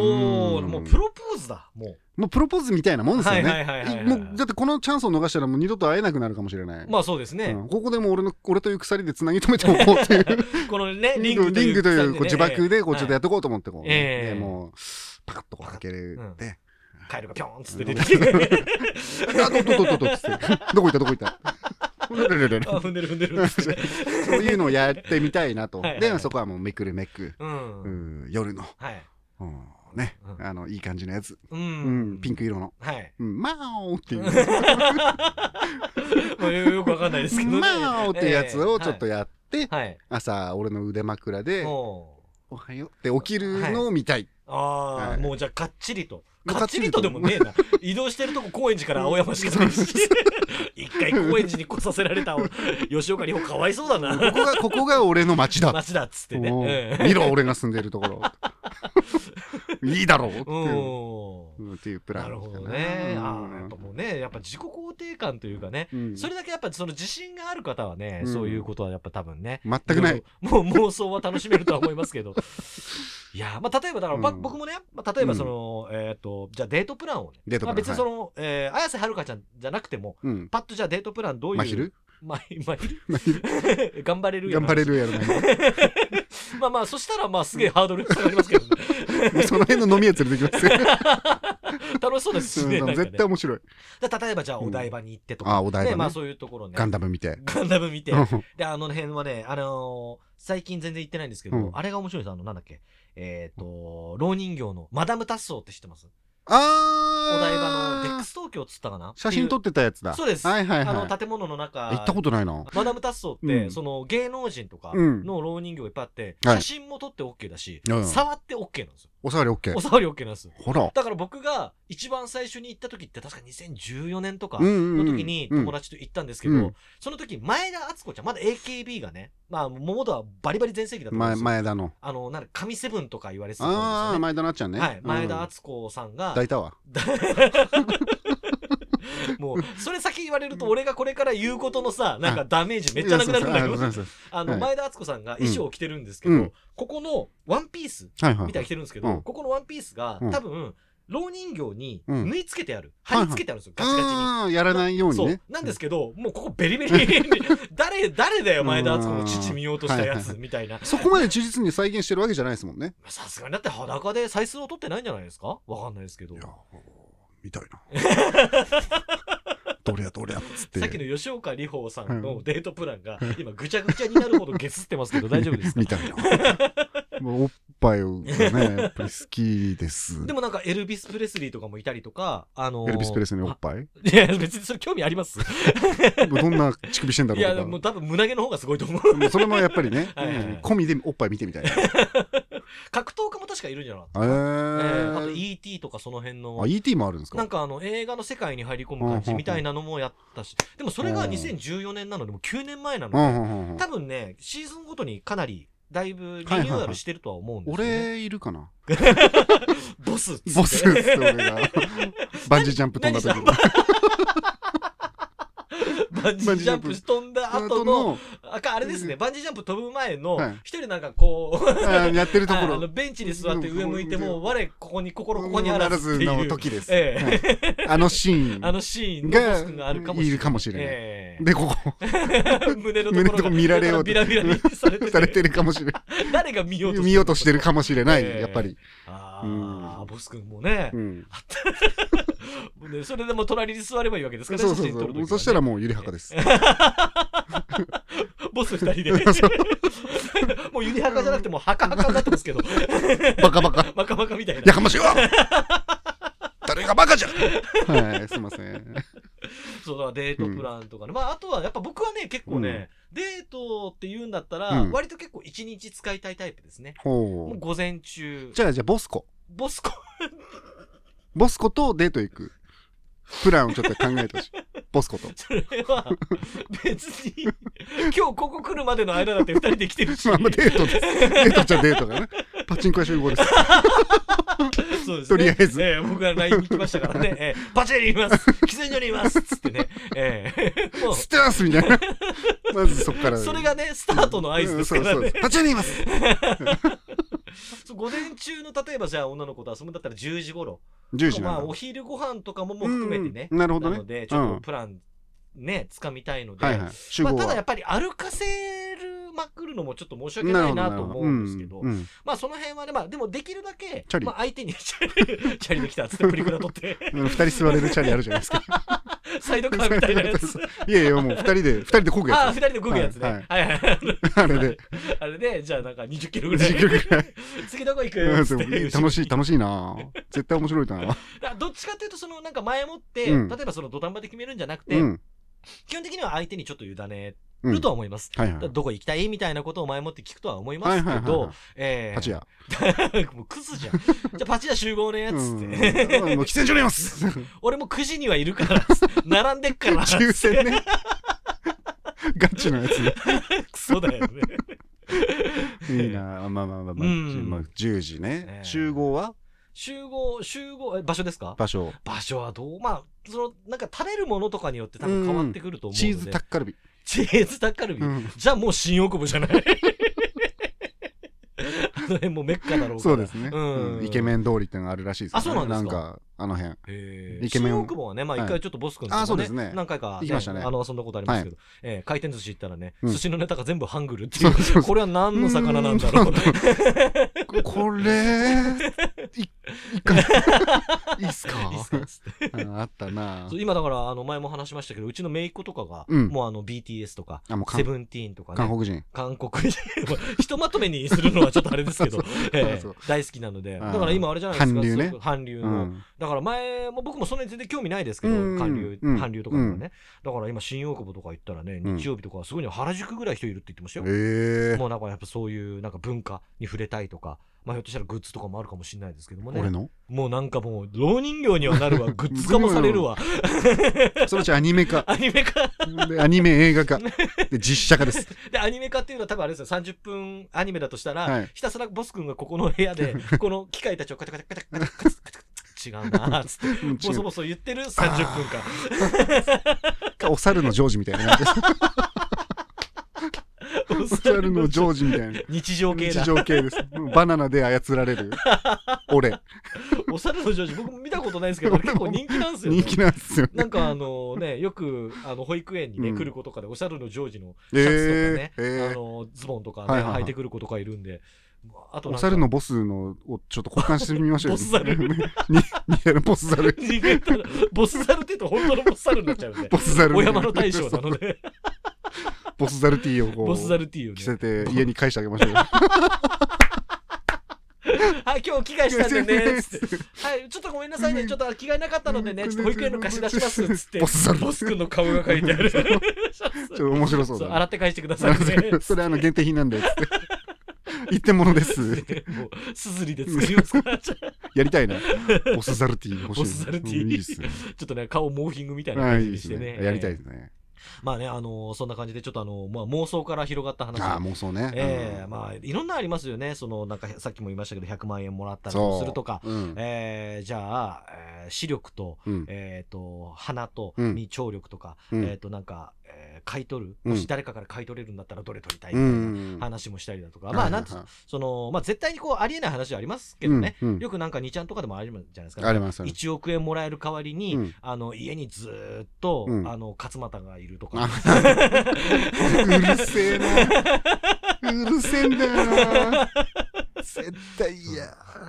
A: お
B: ん
A: もうプロポーズだも
B: もうプロポーズみたいなもん
A: う
B: ですよ
A: は
B: ね。
A: いはいはいはいはい
B: もうだってこのチャンスを逃したらもう二度と会えなくなるかもしれない。
A: まあそうですね、
B: うんここでもう俺の俺という鎖でつなぎ止めておこ うという
A: このねリ
B: リ
A: ン
B: ン
A: グ
B: グという,、
A: 鎖でね
B: こう呪
A: え
B: 縛
A: え
B: でこうちょっとやっておこうと思ってこう、
A: ええ
B: でもうパカッとこう開けれ
A: うん
B: て、
A: カエルがピョーンっつって出てきて
B: あどっとっとっとっとっつってどこ行ったどこ行ったルルルルル
A: あ踏んでる踏んでるっつってね
B: そういうのをやってみたいなと
A: はいはいはい
B: でそこはもうめくるめく、
A: う
B: うんん夜の、
A: はい
B: うんね
A: うん
B: あのいい感じのやつ、
A: う
B: うんんピンク色の、
A: はい
B: うん、マオっていう
A: まあよよくわかんないですけどね
B: マオっていうやつをちょっと
A: え
B: やって、
A: えはい
B: 朝俺の腕枕で
A: もう
B: おはようって起きるのを見たい。
A: あ
B: は
A: あ
B: い
A: もうじゃあかっちりと
B: まあ
A: かっちりとでもねえな移動してるとこ高円寺から青山しかない し一回高円寺に来させられた吉岡里帆かわいそうだな
B: ここが、ここが俺の 町だ。
A: 町だっつって
B: おう
A: ね
B: 見ろ、俺が住んでるとこ ろ。いいだろうってい
A: うん
B: う
A: おー
B: うんっていうプラン
A: なるほど
B: う
A: ね
B: ん
A: ああやっぱもうねやっぱ自己肯定感というかね
B: うん
A: それだけやっぱその自信がある方はね、
B: うん
A: そういうことはやっぱ多分ね。
B: 全くない。
A: ろろもう妄想は楽しめるとは思いますけ ど。いやー、まあ、例えばだから、ば
B: うん
A: 僕もね、まあ、例えばその、えっ、と、じゃあデートプランをね。
B: デートプラ
A: まあ、
B: ン
A: 別にその、えー綾瀬はるかちゃんじゃなくても、
B: うん。
A: パッとじゃあデートプランどういう。
B: まひる
A: まあ、ま
B: まひる
A: ひる 頑張れるよ
B: 頑張れるやろ ない。
A: ま あまあ、そしたらまあすげえハードル下がりますけどね。
B: もうその辺の飲み屋連れてきますよ。
A: 楽しそうですしね。
B: うん
A: なんかね
B: 絶対面白い。
A: だ例えばじゃあお台場に行ってとか、
B: あ、お台
A: ね
B: 場
A: まあ
B: ね。
A: そういうところね。
B: ガンダム見て。
A: ガンダム見て
B: う、ん
A: で、あの辺はね、あのー最近全然行ってないんですけど、
B: うん
A: あれが面白いです。あの、なんだっけ、えっ、と、老人形のマダム・タッソーって知ってます
B: あー
A: お台場のデックス東京っつったかな
B: 写真撮
A: っ
B: ってたやつ
A: てい
B: だ。
A: うそうです。
B: はいはい
A: あ
B: は
A: の、
B: い。
A: 建物の中。
B: 行ったことないな。
A: マダム・タッソーって、
B: うん
A: その芸能人とか
B: うん
A: の老人形がいっぱいあって、
B: はい
A: 写真も撮って OK だし、
B: うん
A: 触って OK なんですよ。
B: おさわり OK
A: お。触り OK なんですよ。
B: ほら。
A: だから僕が一番最初に行った時って確か2014年とか、
B: の
A: の時に友達と行ったんですけど、
B: うん
A: その時前田敦子ちゃんまだ AKB がねまあ桃田はバリバリ全盛期だと思うん
B: 前
A: ですよ
B: 前田の。
A: あのなんか神セブンとか言われてたと思
B: ああ、
A: うんですよね
B: 前田なっちゃんね。
A: はい、前田
B: うん
A: 敦子さんが、
B: 抱いたわ。
A: もうそれ先言われると俺がこれから言うことのさなんかダメージめっちゃなくなるんだけ
B: いやそうそう
A: ど
B: そう
A: あの
B: はい
A: 前田敦子さんが衣装を着てるんですけど、
B: うん
A: ここのワンピース
B: はいはい。
A: みたいに着てるんですけど、
B: うん
A: ここのワンピースが
B: うん
A: 多分老人形に
B: うん
A: 縫い付けてある、
B: はいは
A: 貼
B: い
A: り付けてあるんですよ、ガチガチに。
B: ああ、やらないようにね。
A: そうなんですけど、もうここベリベ リ誰誰だよ前田敦子の父見ようとしたや
B: うんはい
A: つ
B: は
A: みたいな
B: そこまで忠実に再現してるわけじゃないですもん ね。
A: さすがにだって裸で採寸を取ってないんじゃないですかわかんないですけど
B: い
A: さ
B: や、みたいな。 どれやどれやっつって。
A: っきの吉岡里帆さん
B: う
A: のデートプランが今ぐちゃぐちゃになるほどゲスってます けど大丈夫ですか
B: みたいな。もうおっぱいをね、やっぱり好きです。
A: でもなんかエルビス・プレスリーとかもいたりとかあのー
B: エルビス・プレスにおっぱい
A: あいや別にそれ興味あります
B: どんな乳首してんだ
A: い
B: ろ
A: や
B: うと
A: も
B: か
A: う多分胸毛の方がすごいと思う
B: でも。それもやっぱりね、
A: はいはいはい
B: うん込みでおっぱい見てみたい な。
A: 格闘家も確かいるんじゃなかった
B: え
A: えーあと
B: ー
A: ET とかその辺の
B: あ、ET もあるんです
A: な
B: か
A: んかあの映画の世界に入り込む感じみたいなのもやったし、でもそれが2014年なので、もう9年前な
B: うんう
A: の
B: んうんう
A: で、
B: ん
A: 多分ね、シーズンごとにかなり、だいぶリニューアルしてるとは思うんですよ、ね
B: 俺いるかな
A: ボスっつって
B: ボスっつって俺がバンジージャンプ飛んだ時
A: 何
B: の
A: バンジージャンプ飛んだ後の、あかあれですね、バンジージャンプ飛ぶ前の
B: はい、
A: 一人なんかこう、
B: あやってるとこ
A: あの
B: ろ
A: ベンチに座って上向いて、もう我ここに心ここにあ
B: な
A: ら
B: ら
A: ずっ
B: ず
A: てい
B: の
A: う、
B: 時です、
A: ええ
B: あのシーン
A: あのシーンのボス君があるかもしれない。
B: いるかもしれない
A: ええ
B: で ここ
A: 胸のと
B: 胸のと
A: こ
B: こ
A: ろが
B: 見られようと
A: ビラビラにされて
B: されてるかもしれな
A: 誰が見よう
B: い
A: と
B: 見ようとしてる
A: も
B: かもしれない、
A: ええ
B: やっぱり、
A: ああ、ボス君もね
B: う、ん、
A: ねそれでも隣に座ればいいわけです
B: そ
A: か
B: う
A: ら
B: そ
A: ね
B: う
A: 写真
B: そ
A: 撮る
B: う、
A: 時はね
B: そしたらもうゆりはかです
A: ボス二人 で
B: そう
A: もうユニハカじゃなくてもうハカハカになってます けど
B: バカ バカ
A: バカバカみたいな
B: やかましいわ誰がバカじゃはいすいません
A: そうだデートプランとかね、まああとはやっぱ僕はね結構ね、デートって言うんだったら、
B: うん
A: 割と結構一日使いたいタイプですねも
B: ほ
A: う
B: う
A: 午前中
B: じゃあじゃあボスコ
A: ボスコ
B: ボスコとデート行くプランをちょっと考えてほしいボスコと
A: それは 別に今日ここ来るまでの間だって二人で来てるし
B: まあまあデートです。デートっちゃデートだね。パチンコ屋集合です。
A: そうですね、
B: とりあえず
A: ええ僕が LINE に来ましたからね、ええパチェリにいます、喫煙所にいますっつってね、ええも
B: 捨
A: う
B: てますみたいな。まずそこから。
A: それがね、スタートの合図ですから
B: うんそう
A: ね
B: そう、パチンにいます。
A: そう午前中の例えばじゃあ女の子と遊ぶんだったら10時頃
B: 10時
A: ま
B: な
A: あ
B: ん
A: お
B: だ。
A: 昼ご飯とかもも含めてね、
B: うんなるほど
A: な
B: ね
A: の。で、ち
B: う
A: ょっと
B: ん。
A: プランね、つかみたいので、
B: はいはい。集
A: まあ、
B: 合
A: ただやっ
B: は。
A: ぱり歩かせるまくるのもちょっと申し訳ないなと思うんですけど
B: う、ん
A: まあその辺はね、まあでもできるだけ
B: チャ、リ
A: まあ相手にチャリ、チャリできたっつってプリクラ撮って、
B: うん二人座れるチャリあるじゃない ですか。
A: サイドカーみたいなやつ。
B: いやいや、もう二人で、二人でこぐ
A: ああ、
B: や
A: 二人で漕ぐやつね。は
B: はい
A: いはいはい。
B: つ。あれで、
A: あれで、じゃあなんか20キロぐらい。
B: 10キロくらい。
A: 次どこ行
B: う
A: く
B: ん
A: っつ
B: そ
A: っ
B: う
A: て
B: いい楽しい、楽しいな。絶対面白いな。
A: だどっちかというと、そのなんか前もって、
B: うん
A: 例えばその土壇場で決めるんじゃなくて、
B: うん。
A: 基本的には相手にちょっと委ね
B: う
A: る
B: ん
A: と。は思います。
B: はい
A: だ
B: は
A: から
B: い。
A: どこ行きたいみたいなことを前もって聞くとは思いま
B: はい
A: す
B: はい
A: け
B: はい
A: ど
B: は、
A: え
B: い。
A: ー
B: パチ屋。
A: もうクズじゃん。じゃあパチ屋集合ね
B: う
A: っ
B: ん。
A: つっ
B: もう
A: て。
B: 喫煙所にいます。
A: 俺も9時にはいるから、並んでっから。
B: 抽 選ね。ガチのやつね。
A: クソだよね。
B: いいなあまあまあまあまあ、
A: うん
B: まあ10時
A: え
B: ね
A: え
B: 集合は
A: 集合、集合、え場所ですか
B: 場所
A: 場所はどうまあ、その、なんか食べるものとかによって多分変わってくると思うの
B: チ
A: で。
B: ーズタッカルビ、
A: チーズタッカルビ。
B: うん
A: じゃあもう新大久保じゃ ない。あの辺もうメッカだろうから。
B: そうですね、
A: うん
B: うんイケメン通りってのがあるらしいです
A: あそうなんですか
B: かあの辺。
A: へ
B: イケメンを
A: 新大久保はね、まあ、
B: はい
A: 一回ちょっとボス君と
B: あそう
A: も
B: ですね
A: 何回か、
B: 行きましたね
A: あの遊んだことありますけど、えー回転寿司行ったらね、
B: うん
A: 寿司のネタが全部ハングルってい
B: そううそうそう
A: これは何の魚なんだろう
B: うこれ、い、いいか ないいっすか
A: いいっすかっつって
B: うんあったな
A: そう今だからあの前も話しましたけどうちの姪っ子とかが、
B: うん
A: もうあの BTS とか
B: あ、もう
A: セ
B: 韓
A: ブンティーンとか
B: 韓
A: ね
B: 国人。
A: 韓国ひと まとめにするのはちょっとあれですけどええ
B: そう
A: 大好きなので
B: ん
A: だから今あれじゃないですか
B: 韓流ね
A: すごく韓流
B: う
A: の、
B: ん。
A: だから前も僕もそんなに全然興味ないですけど、
B: うん
A: 韓流、
B: うん
A: 韓流とかとかね、だから今新大久保とか行ったらね、
B: うん
A: 日曜日とかすごい原宿ぐらい人いるって言ってましたよ。
B: ええ。
A: もうなんかやっぱそういうなんか文化に触れたいとか、まあ、ひょっとしたらグッズとかもあるかもしれないですけども
B: 俺
A: ね、
B: の
A: もうなんかもう、老人形にはなる わ、グッズ化もされるわ、
B: そのうちアニメ化。
A: アニメ化、
B: でアニメ映画化。で、実写 化です。
A: で、アニメ化っていうのは多分あれですよ、30分アニメだとしたら、
B: はい
A: ひたすらボス君がここの部屋で、この機械たちをカチャカチャカチャカチャカチャカチャカチャ違うなーっつって、
B: うん
A: ボソボソ言ってる30分間。
B: お猿のジョージみた いな。
A: お
B: お猿のジョージみたいな。
A: 日常系だ
B: 日。常系です。うんバナナで操られる。俺。
A: お猿のジョージ、僕も見たことないですけど、結構人気なんですよ、ね。
B: 人気なんですよね。
A: なんかあのね、よくあの保育園にね、
B: うん
A: 来る子とかで、おしゃれのジョージのシ
B: え
A: ャツとかね、
B: えええ
A: あのズボンとか、ね
B: はいはいはい
A: 履いてくる子とかいるんで、あと
B: お
A: なん
B: 猿
A: か、
B: のボスのをちょっと交換してみましょうよ。
A: ボス猿
B: に。にあのボス猿。
A: 逃げたらボス猿って言うと本当のボス猿になっちゃうんで
B: ボ、ス猿。
A: お山の大将なので、
B: ボスザル T をこう
A: ボス猿 T を
B: 着
A: ね
B: せ、て家に返してあげまし ょうよ。
A: はい、今日着替えしたんで ね、つって、はい、ちょっとごめんなさいね、ちょっと着替えなかったのでね、ちょっと保育園の貸し出します、つって、
B: ボス猿
A: ボス君の顔が書いてある。シャツ
B: ちょっと面白そう
A: そう
B: だ
A: 洗
B: ね。
A: って返してくださいね。
B: それあの限定品なんで。つ って一点物です。
A: もう、すずりで作り ますから、ちょ
B: やりたいな。ボスザル T 欲しい。
A: ボスザル T
B: うんいいっすね。
A: っとね、顔モーフィングみたいな
B: ああ
A: 感
B: い
A: じ
B: いで
A: にし
B: す
A: てね。
B: ね。やりたい
A: え
B: ですね。
A: ーまあね、あのーそんな感じで、ちょっとあのーまあ、妄想から広がった話。
B: ああ、妄想ね。
A: ええ
B: うん
A: まあ、いろんなありますよね。その、なんか、さっきも言いましたけど、100万円もらったりするとか。。
B: うん
A: えーじゃあ、えー視力と、
B: うん
A: えー、と鼻と、
B: うん
A: に聴力とか、
B: うん
A: えー、となんか、えー買い取る、
B: うん
A: もし誰かから買い取れるんだったらどれ取りたいみ
B: う
A: たいな、
B: ん。
A: 話もしたりだとか、
B: はい
A: ま
B: は
A: あ
B: い
A: なんつそのまあ絶対にこうありえない話はありますけどね、
B: うんうん
A: よくなんか2ちゃんとかでもあるじゃないですか、
B: ありますあります
A: 1億円もらえる代わりに、
B: うん
A: あの家にずーっと、
B: うん
A: あの勝俣がいるとか、
B: あうるせえな。うるせえんだよな。絶対嫌。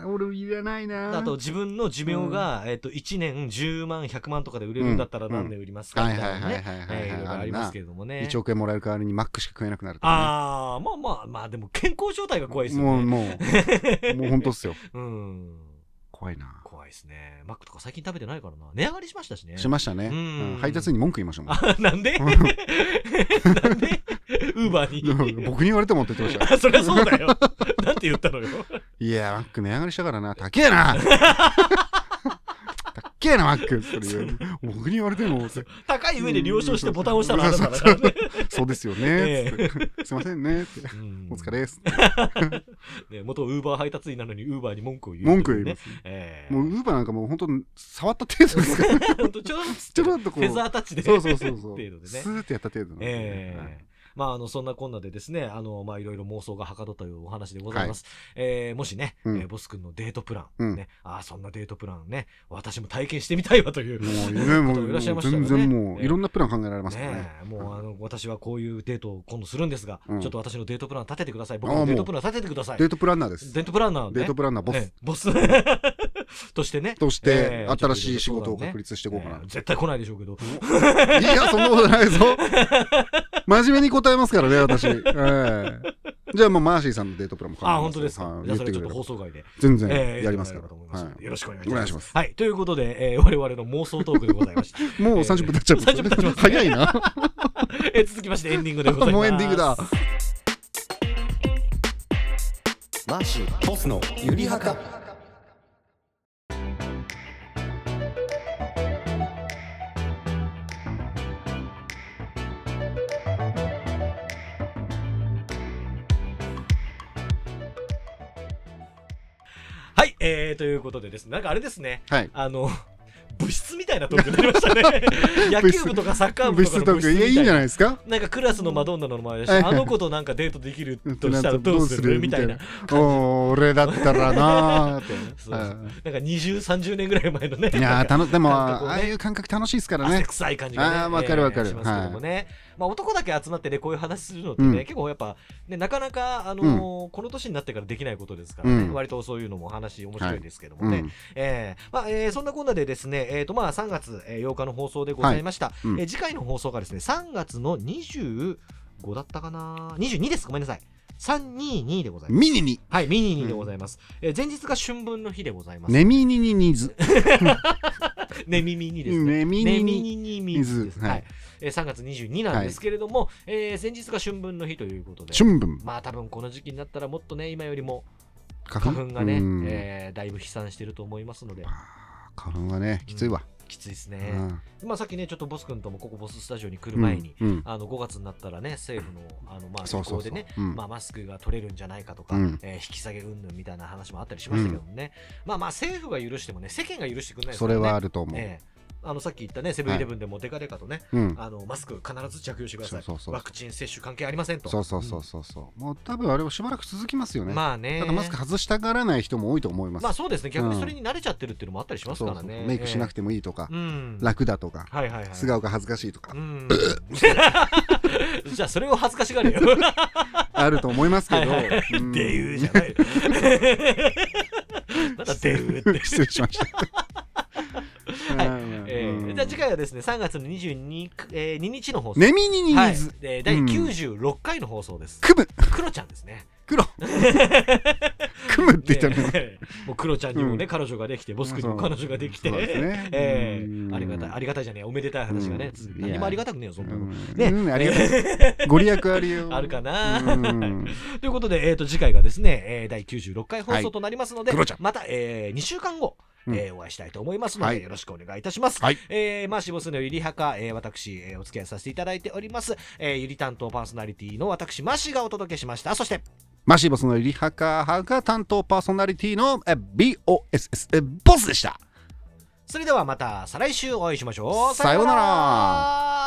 B: 俺いらないな。
A: あと自分の寿命が、えっと1年10万100万とかで売れるんだったら
B: うん
A: 何で売りますか
B: は
A: み
B: い
A: た
B: はいい
A: な
B: はい
A: ね
B: はいは
A: え
B: い
A: ーいろいろ
B: はい。
A: ありますけれどもね。
B: 1億円もらえる代わりにマックしか食えなくなるとか
A: ああ、まあまあまあ、でも健康状態が怖い
B: ね。
A: ですよ
B: もう
A: ね。
B: もう、もう本当っすよ。
A: うん。
B: 怖いな。
A: 怖いですね。マックとか最近食べてないからな。値上がりしましたしね。
B: しましたね。
A: うん
B: うん配達員に文句言いましたもん。
A: あ、 なんでなんでウーバーに。
B: 僕に言われてもって言ってました。
A: あ、 そりゃそうだよ。なんて言ったのよ。
B: いやー、マック値上がりしたからな。高 えな。高えな、マック。それ言う僕に言われても、そ
A: 高い上で了承してボタン押したのあなただからね。
B: そうですよ
A: え
B: ね。つってすいませんね。って
A: うん
B: お疲れ。です。
A: ね元ウーバー配達員なのにウーバーに文句を言う。
B: 文句言いま
A: ね。
B: す。
A: ええ
B: もう ウーバーなんかもう本当触った程度ですから、
A: ほんとちょろっと
B: ちょろっとこ
A: フ
B: う。
A: ェザータッチで。
B: そうそうそうそう。
A: 程度でね
B: ス。ーってやった程度なんで
A: え
B: は
A: え
B: い
A: まあ、あのそんなこんなでですねあの、まあ、いろいろ妄想がはかどったというお話でございます、えーもしね、
B: うん
A: えーボス君のデートプラン、
B: うん
A: ね、ああそんなデートプランね私も体験してみたいわという
B: もうね、も
A: 方
B: う
A: もいらっしゃいましたから
B: 全
A: ね
B: 然もう、
A: ええ
B: いろんなプラン考えられますからね
A: ね。えもうあの私はこういうデートを今度するんですが、
B: うん
A: ちょっと私のデートプラン立ててください僕
B: あ
A: の
B: あ
A: デー
B: も
A: ト
B: う
A: プラン立ててください
B: デ
A: デ
B: ートプランナーです。
A: ートプランナー、ね、
B: デートプランナーボ
A: え
B: ス
A: えボス としてね
B: として
A: え、え
B: 新しい仕事を確立していこうか
A: ええ絶対来ないでしょうけど
B: な。いや、そんなことないぞ。真面目に答えますからね、私。ええじゃあもうマーシーさんのデートプランも考えます
A: ああ本当ですか
B: はい
A: じゃあ
B: 言っ
A: そ
B: て
A: れち
B: く
A: ょっと
B: れれ
A: 放
B: ば
A: 送外で
B: 全
A: え
B: 然
A: ー
B: やります
A: や
B: から。
A: ってもらえると思いますので
B: はい
A: よろしくお願い
B: お願い
A: し
B: し
A: ま。
B: ますす
A: はい、ということで、えー、我々の妄想トークでございました。
B: もう30分経っちゃう。
A: 30分経ちますね
B: 早いな。
A: えー続きましてエンディングでございます。
B: もうエンディングだ。
C: マーシーボスのゆりはか
A: はい、えー、ということでですね、なんかあれですね、
B: はい。
A: あの、物質スみたいなトークになりました ね野球部とかサッカー部とか
B: 物質
A: の
B: ト
A: 部
B: ー
A: 室
B: クいや
A: み
B: いい
A: た
B: ん
A: い
B: じ
A: な
B: ゃないですか
A: なんかクラスのマドンナの前でし
B: はいは
A: あ
B: い
A: の子となんかデートできるとしたら どうするみたいな
B: おー俺だったらなーって
A: そうなんか2030年ぐらい前のね
B: いやーたのでも、
A: なんかこうね
B: ああいう感覚楽しいですから
A: 汗
B: ね
A: 臭い感じがね
B: あーわかるわかる
A: えーしますけどもね、まあ、男だけ集まってねこういう話するのって
B: うん
A: ね、結構やっぱ、ね、なかなか、あのーこの年になってからできないことですからね、
B: うん
A: 割とそういうのもお話面白いですけども
B: う
A: ね、
B: ん
A: えーまあえーそんなこんなでですね、えーとまあ、3月えー8日の放送でございました、
B: うん
A: えー次回の放送がですね3月の25だったかな22ですごめんなさい322でございます
B: ミニに
A: はいミニニでございます、えー前日が春分の日でございます
B: ネミニニニズ
A: ねみみにですね
B: ネミ
A: ね
B: ニ
A: みに
B: ニ
A: にみずです、
B: 水はい
A: はいえー3月22なんですけれども、えー先日が春分の日ということで、
B: 春分
A: まあ多分この時期になったらもっとね、今よりも
B: 花
A: 花粉がね、
B: うん
A: えーだいぶ飛散してると思いますので、
B: あー花粉はねきついわ、
A: きついです
B: う
A: ね。
B: ん
A: まあさっきね、ちょっとボス君ともここボススタジオに来る前に、
B: うんうん
A: あの5月になったらね、政府のあのまあ
B: そう
A: 旅
B: そ
A: 行
B: うそ
A: で
B: う、
A: ね、
B: うん
A: まあ、マスクが取れるんじゃないかとか、
B: うん
A: えー引き下げうんぬんみたいな話もあったりしましたけどもね、まあまあ政府が許してもね、世間が許してくれないです
B: そ
A: から
B: れ
A: ね。
B: はあると思う、
A: ええあのさっき言ったね、セブンイレブンでもデカデカとね、
B: うん
A: あのマスク必ず着用してください
B: そうそうそう
A: ワクチン接種関係ありませんと。
B: そうそうそうそうそうもう多分あれはしばらく続きますよね、
A: まあね。
B: ただマスク外したがらない人も多いと思います、
A: まあそうですね。逆
B: う
A: に
B: ん
A: それに慣れちゃってるっていうのもあったりしますからね。
B: そうそうメイクしなくてもいいとか、
A: ええうん。
B: 楽だとか、
A: はいはいはい。
B: 素顔が恥ずかしいとか
A: う、ん。 じゃあそれを恥ずかしがれよ。
B: あると思いますけど、
A: はいはい
B: うん
A: デウじゃない。なんだデウって。
B: 失礼しました。
A: はい
B: うん
A: えー
B: うん
A: じゃあ次回はですね、3月の22、えー、2日の放送。
B: ネミニニ
A: はい
B: ニズ、、
A: で第
B: うん
A: 96回の放送です。
B: クム、
A: クロちゃんですね。
B: 黒、クムって言ったの
A: ね
B: に。
A: えもうクロちゃんにもね、
B: う
A: 彼女ができて、ボス君にも彼女ができて、
B: そうですね
A: ええ
B: うん
A: ありがたい、ありがたいじゃねえ、おめでたい話がね、
B: うん
A: 続く
B: いや
A: 何もありがたくねえよ、そんなの。ね
B: うんうんありがたい。ご利益あるよ。
A: あるかな
B: うん
A: ということで、えー、と次回がですね、えー、第96回放送となりますので、
B: はいクロちゃん
A: また、えー、2週間後、
B: うん
A: えーお会いしたいと思いますので、
B: はい
A: よろしくお願いいたします。
B: はい
A: えー、まあ、しぼすのゆりはか、えー、私、えーお付き合いさせていただいております、えー、ゆり担当パーソナリティの私、マシがお届けしました。そして、
B: マシボスのリハカハが担当パーソナリティのえ BOSS えボスでした。
A: それではまた再来週お会いしましょう。
B: さようなら